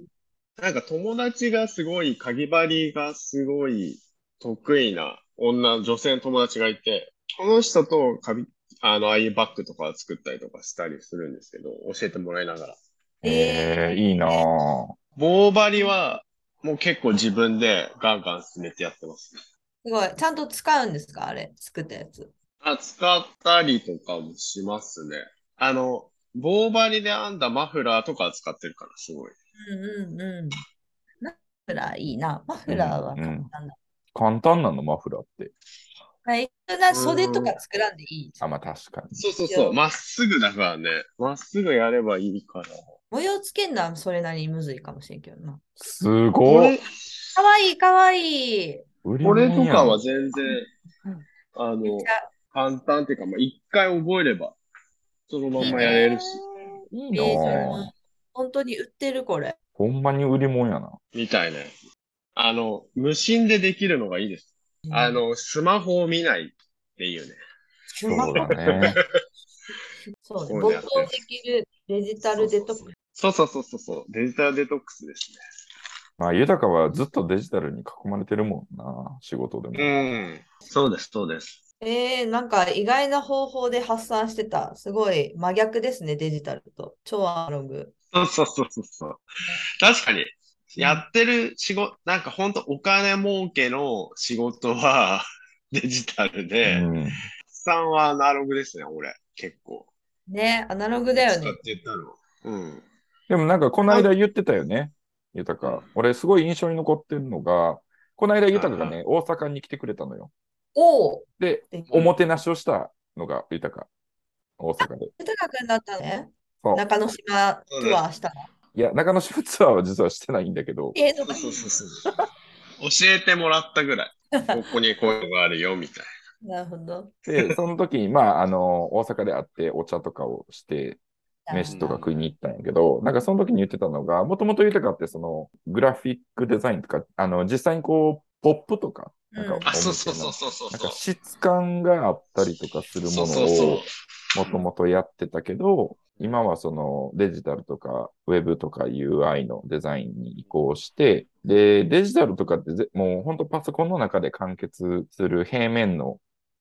S3: なんか友達がすごい、かぎ針がすごい得意な女、女性の友達がいて、この人とかび、あの、ああいうバッグとか作ったりとかしたりするんですけど、教えてもらいながら。
S1: ええ、いいなぁ。
S3: 棒針は、もう結構自分でガンガン進めてやってます。
S2: すごい。ちゃんと使うんですかあれ。作ったやつ。
S3: あ、使ったりとかもしますね。あの、棒針で編んだマフラーとかは使ってるから、すごい。
S2: うんうんうん。マフラーいいな。マフラーは簡単だ。
S1: 簡単なの、マフラーって。
S2: はい。な袖とか作らんでいい。
S1: あ、まあ確かに。
S3: そうそうそう、まっすぐだからね。まっすぐやればいいから。
S2: 模様つけんのはそれなりにむずいかもしれんけどな。
S1: す
S3: こ
S1: ごい
S3: れ、
S2: かわいいかわいい。
S1: 売り
S3: こ
S1: 物や
S3: れ
S1: ん
S3: とかは全然
S2: うん、
S3: あ
S2: めっ
S3: の
S2: ち、ゃ
S3: 簡単っていうか、まあ、一回覚えれば、そのまんまやれるし、
S1: いい
S2: いい
S1: なぁ
S2: な。本当に売ってるこれ。
S1: ほんまに売り物やな。
S3: みたいなやつ。あの、無心でできるのがいいです。あの、スマホを見ないっていうね。
S2: そ
S1: そうだ ね。
S2: そう
S3: こ
S2: ね。
S3: う
S2: 没
S3: やって
S2: 頭できるデジタルデトックス。
S3: そうそうそうそうそう、デジタルデトックスですね。
S1: まあ、豊かはずっとデジタルに囲まれてるもんな、仕事でも。
S3: うん。そうです、そうです。
S2: えー、なんか意外な方法で発散してた。すごい真逆ですね、デジタルと。超アナログ。
S3: そうそうそうそうそう。確かに、やってる仕事、なんか本当お金儲けの仕事は デジタルで、発
S1: うん
S3: 散はアナログですね、俺。結構。
S2: ね、アナログだよ
S3: 使
S2: ね
S3: っ。てやったの。うん。
S1: でもなんかこの間言ってたよね、豊か。俺すごい印象に残ってるのが、この間豊かがね、大阪に来てくれたのよ。
S2: おお、
S1: で、
S2: で
S1: おもてなしをしたのが豊か。大阪で。
S2: 豊君だったのね。
S1: そう
S2: 中之島ツアーしたの。
S1: いや、中野島ツアーは実はしてないんだけど、
S2: えー、
S3: そうそうそうそう。教えてもらったぐらい。ここにこういうのがあるよ、みたい
S2: なるほど。
S1: で、その時に、まあ、あの、大阪で会ってお茶とかをして、飯とか食いに行ったんやけど、なんかその時に言ってたのが、もともと豊かってそのグラフィックデザインとか、あの実際にこう、ポップとか、なんか
S2: う ん
S3: あ、そうそうそうそうそう
S1: なん
S3: そ
S1: か
S3: う。
S1: 質感があったりとかするも
S3: そうそう
S1: のを
S3: そ
S1: もともとやってたけど、今はそのデジタルとかウェブとか UI のデザインに移行して、で、デジタルとかってぜもう本当パソコンの中で完結する平面の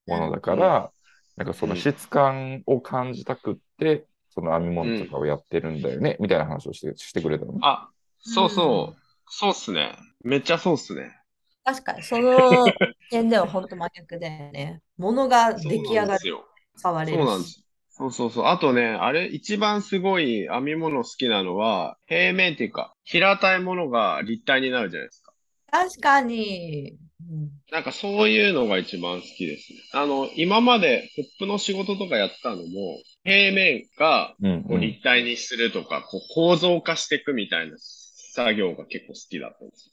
S1: ものだから、なんかその質感を感じたくって、その編み物とかをやってるんだよね、みたいな話をしてしてくれたのね。
S3: あ、そうそう。そうっすね。めっちゃそうっすね。
S2: 確かに、その点では本当真逆だよ ね。ものが出来上
S3: そうなん
S2: が
S3: です
S2: る、
S3: よ。
S2: 変われ
S3: そう
S2: る
S3: なんで
S2: し。
S3: す。そうそうそう。あとね、あれ、一番すごい編み物好きなのは、平面っていうか、平たいものが立体になるじゃないですか。
S2: 確かに。うん
S3: なんかそういうのが一番好きですね。あの、今までポップの仕事とかやってたのも、平面が
S1: うん
S3: こう立体にするとか、こう構造化していくみたいな作業が結構好きだったんです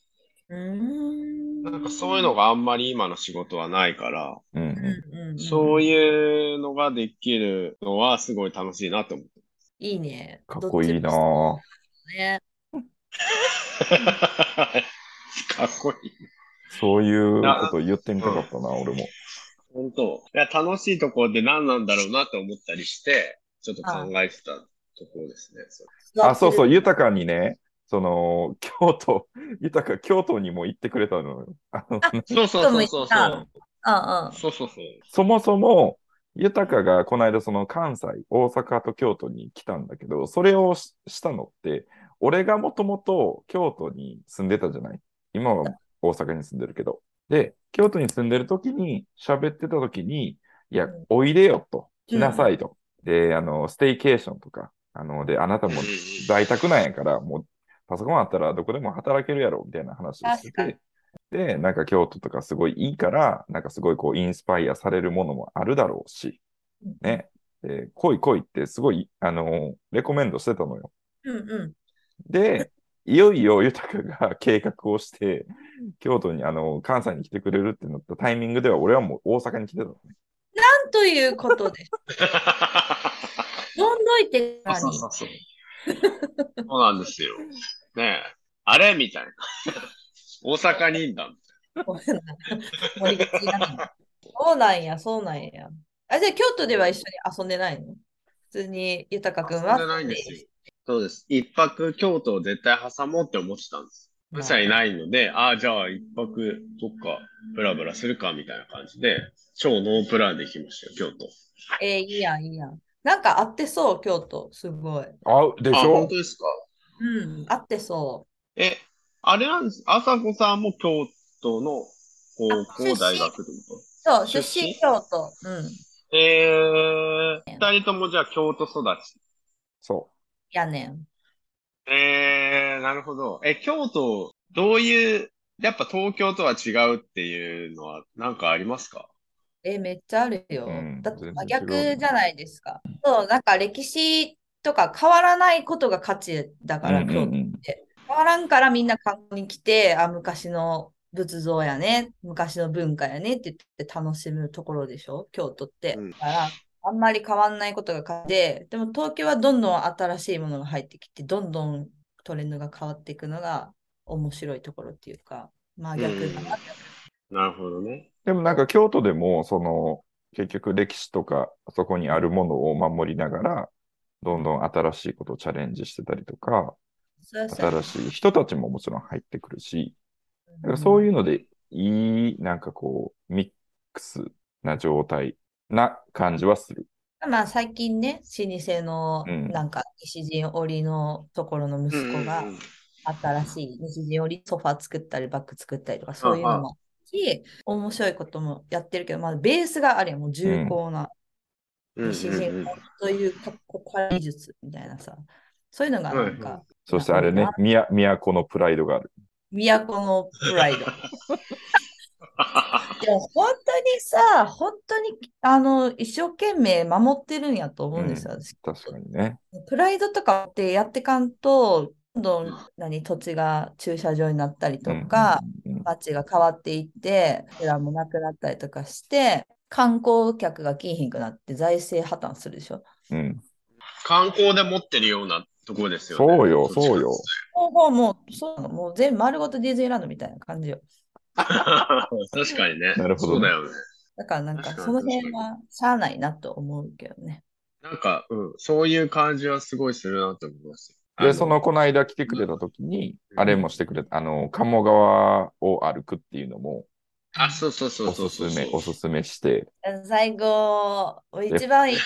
S2: うーん。
S3: よ。なんかそういうのがあんまり今の仕事はないから、
S1: うんうん
S2: うんうんうん
S3: そういうのができるのはすごい楽しいなと思って。
S2: いいね。
S1: かっこいいな
S2: どっ
S1: ぁ。
S2: ちもね。
S3: かっこいい。
S1: そういうこと言ってみたかったな、俺も。
S3: 本当。いや、楽しいところで何なんだろうなって思ったりして、ちょっと考えてたところですね。それ
S1: あ、そうそう、
S2: う。
S1: 豊かにね、その、京都、豊か、京都にも行ってくれたのよ。あの
S3: そうそうそうそうそ
S2: ちょっ
S3: う。
S2: うんうん。
S3: そうそうそう。
S1: そもそも、豊かがこの間、その関西、大阪と京都に来たんだけど、それをししたのって、俺がもともと京都に住んでたじゃない。今は大阪に住んでるけど。で、京都に住んでる時に、喋ってた時に、いや
S2: うん、
S1: おいでよと、来なさいと。で、あの、ステイケーションとか、あの、で、あなたも在宅なんやから、もうパソコンあったらどこでも働けるやろみたいな話をして
S2: 確
S1: て、で、なんか京都とかすごいいいから、なんかすごいこうインスパイアされるものもあるだろうし、ね、で来い来いってすごい、あのーレコメンドしてたのよ。
S2: うんうん。
S1: で、いよいよ豊が計画をして、京都に、あのー関西に来てくれるってなったタイミングでは、俺はもう大阪に来てたのね。
S2: なんということです。どんどいてか
S3: そう
S2: に
S3: そ。うそう。 そうなんですよ。ねえ。あれみたいな。大阪にいんだ。
S2: ごめんな盛りがちだなそうなんや、そうなんや。あ、じゃあ京都では一緒に遊んでないの普通に豊くんは。
S3: 遊んでないんですよ。そうです。一泊京都を絶対挟もうって思ってたんです。むしゃいないので、ああ、じゃあ一泊どっかブラブラするかみたいな感じで、超ノープランで行きましたよ、京都。
S2: えーいいやん、いいやん。なんか合ってそう、京都。すご
S1: あ、
S2: い。
S1: でし
S3: あ、本
S1: ょ
S3: 当ですか
S2: うん、合ってそ
S3: え、あれなんです。あさこさんも京都の高
S2: あ出
S3: 校、
S2: 身
S3: 大学ってこ
S2: う。そう、
S3: 出
S2: 出
S3: 身
S2: 身京都。うん。
S3: とえー、二人ともじゃあ京都育ち。
S1: そ
S2: やねん。
S3: えー、なるほど。え、京都、どういう、やっぱ東京とは違うっていうのはなんかありますか
S2: え、めっちゃあるよ。
S1: うん
S2: だって真
S1: 全然違う
S2: 逆じゃないですか。そう、なんか歴史とか変わらないことが価値だ
S1: う。
S2: から、
S1: うんうん
S2: 京都。
S1: うん
S2: 変わらんからみんな観光に来て、あ、昔の仏像やね、昔の文化やねって言って楽しむところでしょ、京都って。
S3: うん
S2: だから、あんまり変わんないことが価値で、でも東京はどんどん新しいものが入ってきて、どんどんトレンドが変わっていくのが面白いところっていうか、まあ逆だなって。
S3: なるほどね。
S1: でもなんか京都でも、その、結局歴史とか、そこにあるものを守りながら、どんどん新しいことをチャレンジしてたりとか、
S2: そうそう
S1: 新しい人たちももちろん入ってくるし、だからそういうのでいい、なんかこう、ミックスな状態な感じはする。
S2: まあ最近ね、老舗の
S1: うん
S2: なんか西陣織のところの息子が、
S3: うんうんうん
S2: 新しい日時よりソファ作ったりバッグ作ったりとかそういうのもし面白いこともやってるけど、まあ、ベースがあれやんもう重厚な
S3: うんうんうん
S2: 西陣というかっこ技術みたいなさそういうのがなんか、
S1: そしてあれね、みや都のプライドがある。
S2: 都のプ ライド。でも本当にさ本当にあの一生懸命守ってるんやと思うんですよ、私
S1: 確かにね。
S2: プライドとかってやってかんとどんどん何土地が駐車場になったりとか、
S1: うんうんうん
S2: 街が変わっていって、プランもなくなったりとかして、観光客が来いひんくなって財政破綻するでしょ。
S1: うん。
S3: 観光で持ってるようなとこですよね。
S1: そうよ
S3: どっちかって
S1: そうよ
S2: ほぼもう、そうなの、もう全部丸ごとディズニーランドみたいな感じよ。
S3: 確かにね。
S1: なるほどね
S3: そうだよね。
S2: だからなんか、
S3: 確かに
S2: その辺はしゃあないなと思うけどね。
S3: なんか、うん、そういう感じはすごいするなと思います。あ
S1: で、その、この間来てくれた時に、
S3: うん
S1: あれもしてくれた、あの、鴨川を歩くっていうのも、
S3: あ、そうそうそう
S1: お
S3: そう
S1: す
S3: そう
S1: すめ、おすすめして、
S2: 最後、一番いい。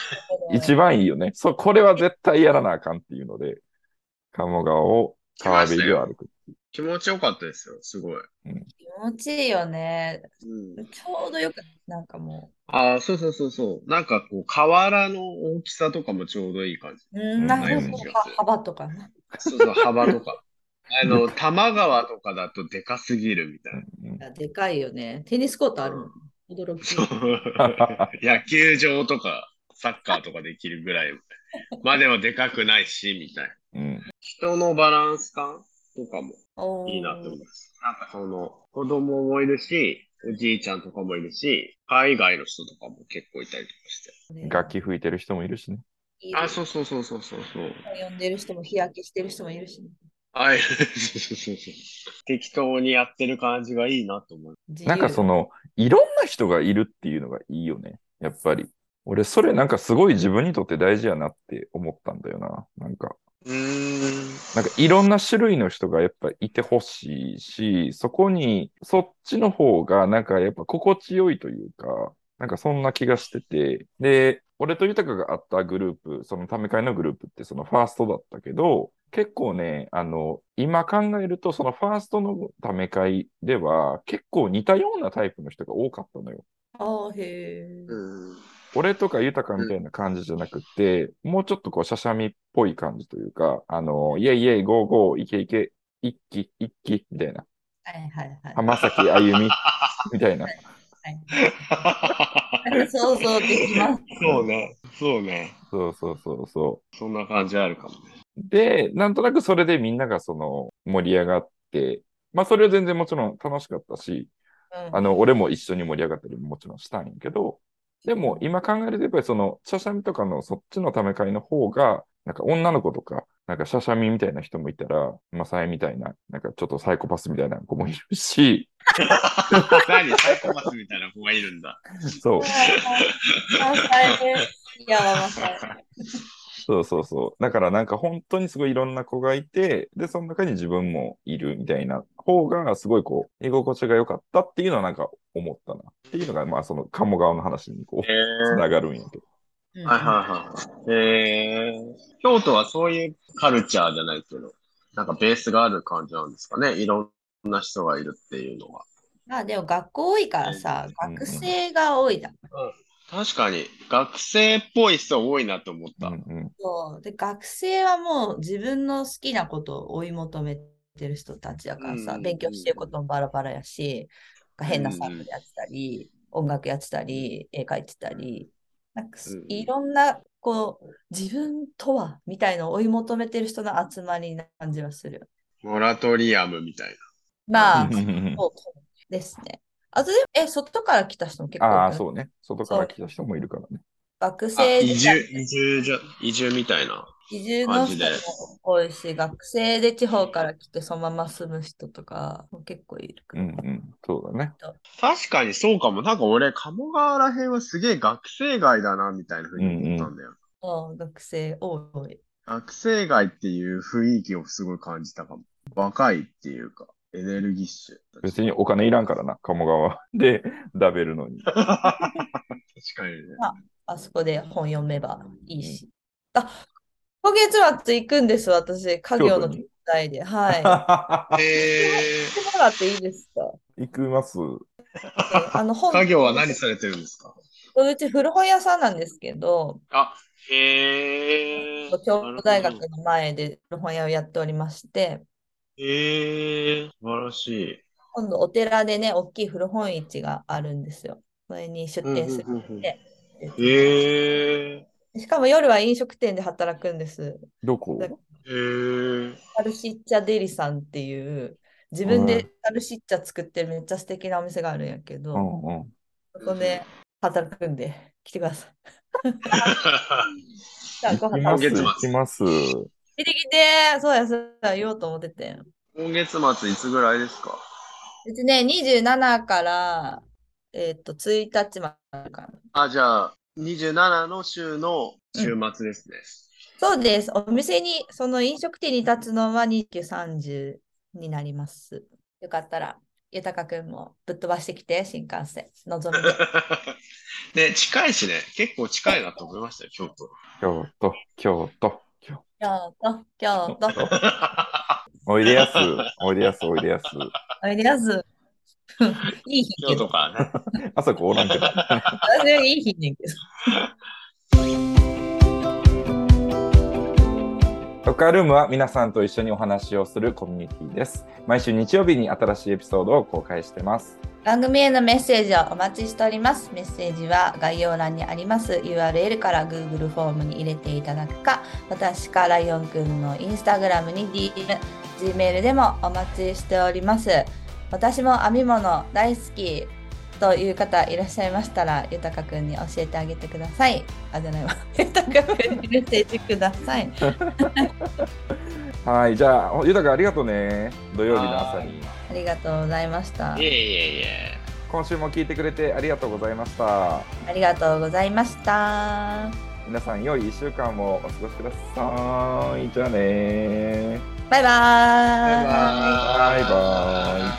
S1: 一番いいよね。そう、これは絶対やらなあかんっていうので、鴨川を川辺で歩く。
S3: 気持ちよかったですよ、すごい。
S2: 気持ちいいよね。
S3: うん、
S2: ちょうどよく、なんかも
S3: あ、そうそうそうそう。なんかこう、河原の大きさとかもちょうどいい感じ。
S2: う、うん、な
S1: う
S2: んか
S1: ん
S2: そうは幅とかね。
S3: そうそう、幅 とか。あの、多摩川とかだとでかすぎるみたい な。
S1: うん
S2: でかいよね。テニスコートあるもん。驚
S3: そ
S2: き。
S3: う野球場とか、サッカーとかできるぐらい。まあでもでかくないし、みたいな。
S1: うん。
S3: 人のバランス感とかも
S2: おー
S3: いいなって思います。なんかその、子供もいるし、おじいちゃんとかもいるし、海外の人とかも結構いたりとかして。
S2: ね
S1: 楽器吹いてる人もいるしね。
S2: いいよ
S3: あ、そうそうそうそうそうそう。
S2: 呼んでる人も日焼けしてる人もいるし、
S3: はい。 そうそうそうそう適当にやってる感じがいいなと思う。
S2: 自由
S1: なんかその、いろんな人がいるっていうのがいいよね。やっぱり。俺、それなんかすごい自分にとって大事やなって思ったんだよな。なんか、
S3: うーん。
S1: なんかいろんな種類の人がやっぱいてほしいし、そこに、そっちの方がなんかやっぱ心地よいというか、なんかそんな気がしてて、で、俺と豊があったグループ、そのため会のグループってそのファーストだったけど、結構ね、あの、今考えるとそのファーストのため会では結構似たようなタイプの人が多かったのよ。
S2: ああ、へえ。
S3: うん。
S1: 俺とか豊かみたいな感じじゃなくて、もうちょっとこう、しゃしゃみっぽい感じというか、あの、イェイイェイ、ゴーゴー、いけいけ、一気、一気、みたいな。
S2: はいはいはい。
S1: 浜崎あゆみ、みたいな。
S2: なんか想像できます。
S3: そうね。そうね。
S1: そうそうそうそ
S3: そんな感じあるかも ね。
S1: う。で、なんとなくそれでみんながその、盛り上がって、まあそれは全然もちろん楽しかったし、
S2: うん
S1: あの、俺も一緒に盛り上がったりももちろんしたんやけど、でも今考えるとやっぱりその、しゃしゃみとかのそっちのため会の方が、なんか女の子とか、なんかしゃしゃみみたいな人もいたら、マサイみたいな、なんかちょっとサイコパスみたいな子もいるし、
S3: 何サイコパスみたいな子がいるんだ。
S1: そう、
S2: 関西弁いや、まさ
S1: そうそうそう。だからなんか本当にすごいいろんな子がいて、で、その中に自分もいるみたいな方が、すごいこう、居心地が良かったっていうのはなんか思ったな。っていうのが、まあその鴨川の話にこ
S3: え
S1: う、つ
S3: ー。
S1: ながるんやけど。
S2: に。
S3: はいはいはい。えー、京都はそういうカルチャーじゃないけど、なんかベースがある感じなんですかね。いろんな人がいるっていうのは。
S2: まあでも学校多いからさ、
S1: うん
S2: 学生が多いだ
S3: 確かに、学生っぽい人多いなと思っ
S1: う
S3: た。
S1: んうん。
S2: そうで、学生はもう自分の好きなことを追い求めてる人たちだから
S3: うんうん
S2: さ、
S3: うん
S2: 勉強してることもバラバラやし、なんか変なサークルやってたり、音楽やってたり、絵描いてたり、なんか
S3: うんうん
S2: いろんな、こう、自分とはみたいのを追い求めてる人の集まりな感じはするよ。
S3: モラトリアムみたい
S2: まあ、
S1: う
S2: そうん
S1: うんうん
S2: ですね。あとでも、え、外から来た人も結構いる
S1: ああ、そうね。外から来た人もいるからね。
S2: 学
S3: な。あ
S2: 生
S3: 移
S2: 時代
S3: 住、移住じゃ、移住みたいな。
S2: 移住の
S3: マジ
S2: 人
S3: で
S2: も多いし、学生で地方から来てそのまま住む人とかも結構いるか
S1: うん
S2: ら。
S1: うん。そうだね。
S3: 確かにそうかも。なんか俺、鴨川ら辺はすげえ学生街だな、みたいな風に思ったんだよ。
S2: うん、学生多い。
S3: 学生街っていう雰囲気をすごい感じたかも。若いっていうか、エネルギッシュ。
S1: 別にお金いらんからな、鴨川 でダベるの に。
S3: 確かにね。
S2: あそこで本読めばいいし。あ、今月末行くんです、私。家業の手伝いで。はい。行っ
S3: え
S2: てもらっていいですか
S1: 行きます。
S2: えあの、
S3: ー、
S2: 本、
S3: 家業は何されてるんですか
S2: うち古本屋さんなんですけど、
S3: あ、へえー。
S2: 京都大学の前で古本屋をやっておりまして、
S3: へえー、素晴らしい。
S2: 今度お寺でね、大きい古本市があるんですよ。それに出店するんで
S3: へえ
S2: しかも夜は飲食店で働くんです。
S1: どこ
S2: だか
S3: ー。へえ
S2: サルシッチャデリさんっていう、自分
S1: はい
S2: でサルシッチャ作ってるめっちゃ素敵なお店があるんやけ
S1: う
S2: ど、
S1: んうん。
S2: そこで働くんで、来てください。じゃあご
S1: 行き
S2: 飯
S1: ます、
S2: 食べて
S3: 今月末
S1: 行きます。
S2: 来てきて、そうや、そうや、言おうと思ってて。
S3: 今月末いつぐらいですか
S2: うちね、27から、えーっと、1日までかな。
S3: あ、じゃあ、27の週の週末ですね。
S2: そうです。お店に、その飲食店に立つのは29、30になります。よかったら、豊くんもぶっ飛ばしてきて、新幹線、のぞみで。
S3: ね、近いしね、結構近いなと思いましたよ、京都。
S1: 京都、京都、京都。
S2: 京都、京都、
S1: おいで やす、おいでやす、おいでやす。
S2: おいでやす。 いい日
S3: 京
S2: け
S3: 都
S2: ど、
S3: からね。
S1: あそこおらんけど。
S2: 私はいい日ねんけど。
S1: ロカルームは皆さんと一緒にお話をするコミュニティです。毎週日曜日に新しいエピソードを公開してます。
S2: 番組へのメッセージをお待ちしております。メッセージは概要欄にあります URL から Google フォームに入れていただくか、私かライオンくんの Instagram に DM、Gmail でもお待ちしております。私も編み物大好きという方いらっしゃいましたら、ゆたかくんに教えてあげてください。あ、じゃないわ。 ゆたかくんにメッセージください。
S1: はい、じゃあ、ゆたかありがとうね。土曜日の朝に。
S2: ありがとうございました
S3: い。えいえいえ。
S1: 今週も聞いてくれてありがとうございました。
S2: ありがとうございました。
S1: 皆さん、良い1週間をお過ごしください。じゃあね
S2: バイバーイ。
S3: バイバーイ
S1: バイバーイ。